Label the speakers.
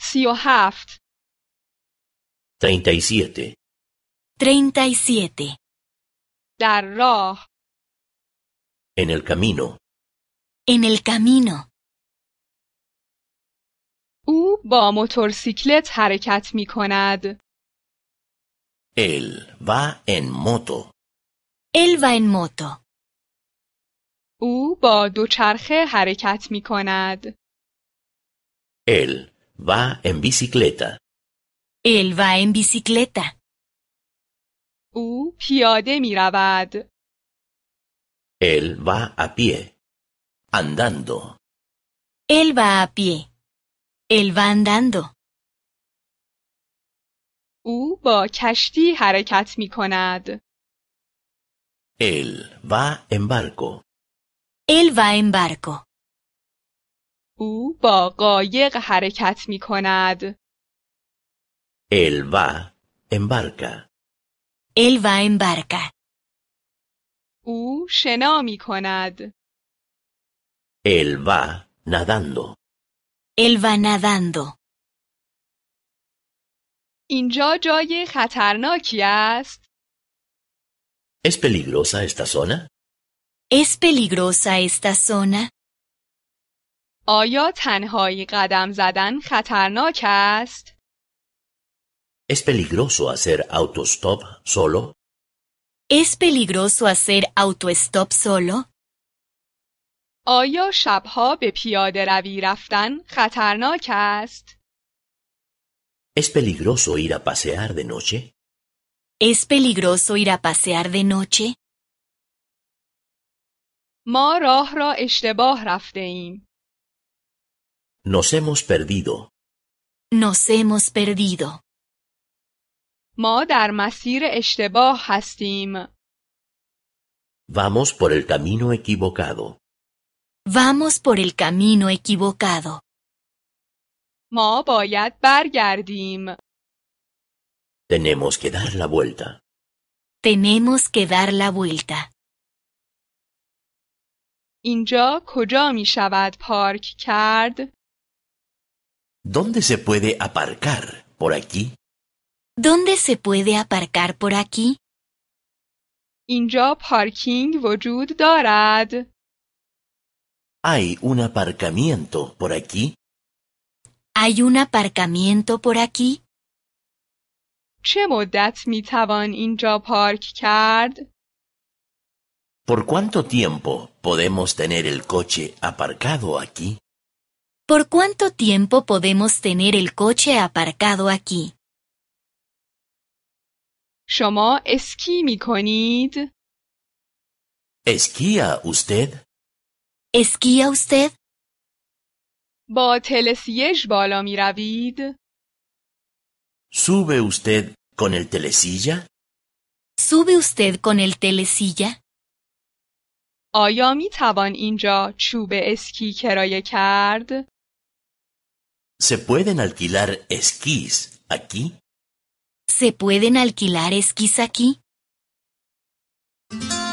Speaker 1: سی و هفت
Speaker 2: 37.
Speaker 3: 37.
Speaker 1: در راه
Speaker 2: En el camino.
Speaker 3: En el camino.
Speaker 1: او با موتورسیکلت حرکت می کند.
Speaker 2: Él va en moto.
Speaker 3: Él va en moto.
Speaker 1: او با دوچرخه حرکت می کند.
Speaker 2: Él va en bicicleta.
Speaker 3: Él va en bicicleta.
Speaker 1: او پیاده می رود.
Speaker 2: Él va a pie. Andando.
Speaker 3: Él va a pie. Él va andando.
Speaker 1: او با کشتی حرکت می کند.
Speaker 2: Él va en barco.
Speaker 3: Él va en barco.
Speaker 1: او با قایق حرکت می کند.
Speaker 2: Él va en barca.
Speaker 3: Él va en barca.
Speaker 1: او شنا می کند.
Speaker 2: Él va nadando.
Speaker 3: Él va nadando.
Speaker 1: اینجا جای خطرناکی است.
Speaker 2: ¿Es peligrosa esta zona?
Speaker 3: ¿Es peligrosa esta zona?
Speaker 1: آیا تنهایی قدم زدن خطرناک است؟
Speaker 2: ¿Es peligroso hacer autostop solo?
Speaker 3: ¿Es peligroso hacer autostop solo?
Speaker 1: آیا شبها به پیاده روی رفتن خطرناک است؟
Speaker 2: ¿Es peligroso ir a pasear de noche?
Speaker 3: ¿Es peligroso ir a pasear de noche?
Speaker 1: ما راه را اشتباه رفته ایم.
Speaker 2: Nos hemos perdido.
Speaker 3: Nos hemos perdido.
Speaker 1: ما در مسیر اشتباه هستیم.
Speaker 2: Vamos por el camino equivocado.
Speaker 3: Vamos por el camino equivocado.
Speaker 1: ما باید برگردیم.
Speaker 2: Tenemos que dar la vuelta.
Speaker 3: Tenemos que dar la vuelta.
Speaker 1: اینجا کجا می شود پارک کرد؟
Speaker 2: ¿Dónde se puede aparcar? ¿Por aquí?
Speaker 3: ¿Dónde se puede aparcar por aquí?
Speaker 1: اینجا پارکینگ وجود دارد.
Speaker 2: ¿Hay un aparcamiento por aquí?
Speaker 3: ¿Hay un aparcamiento por aquí?
Speaker 1: چه مدت می توان اینجا پارک کرد؟
Speaker 2: ¿Por cuánto tiempo podemos tener el coche aparcado aquí?
Speaker 3: ¿Por cuánto tiempo podemos tener el coche aparcado aquí?
Speaker 1: شما اسکی می کنید؟
Speaker 2: ¿Esquía usted?
Speaker 3: ¿Esquía usted?
Speaker 1: با تلسیج بالا می روید؟
Speaker 2: ¿Sube usted con el telesilla?
Speaker 3: ¿Sube usted con el telesilla?
Speaker 1: آیا می توان اینجا چوب اسکی کرایه کرد؟
Speaker 2: ¿Se pueden alquilar esquís aquí?
Speaker 3: ¿Se pueden alquilar esquís aquí?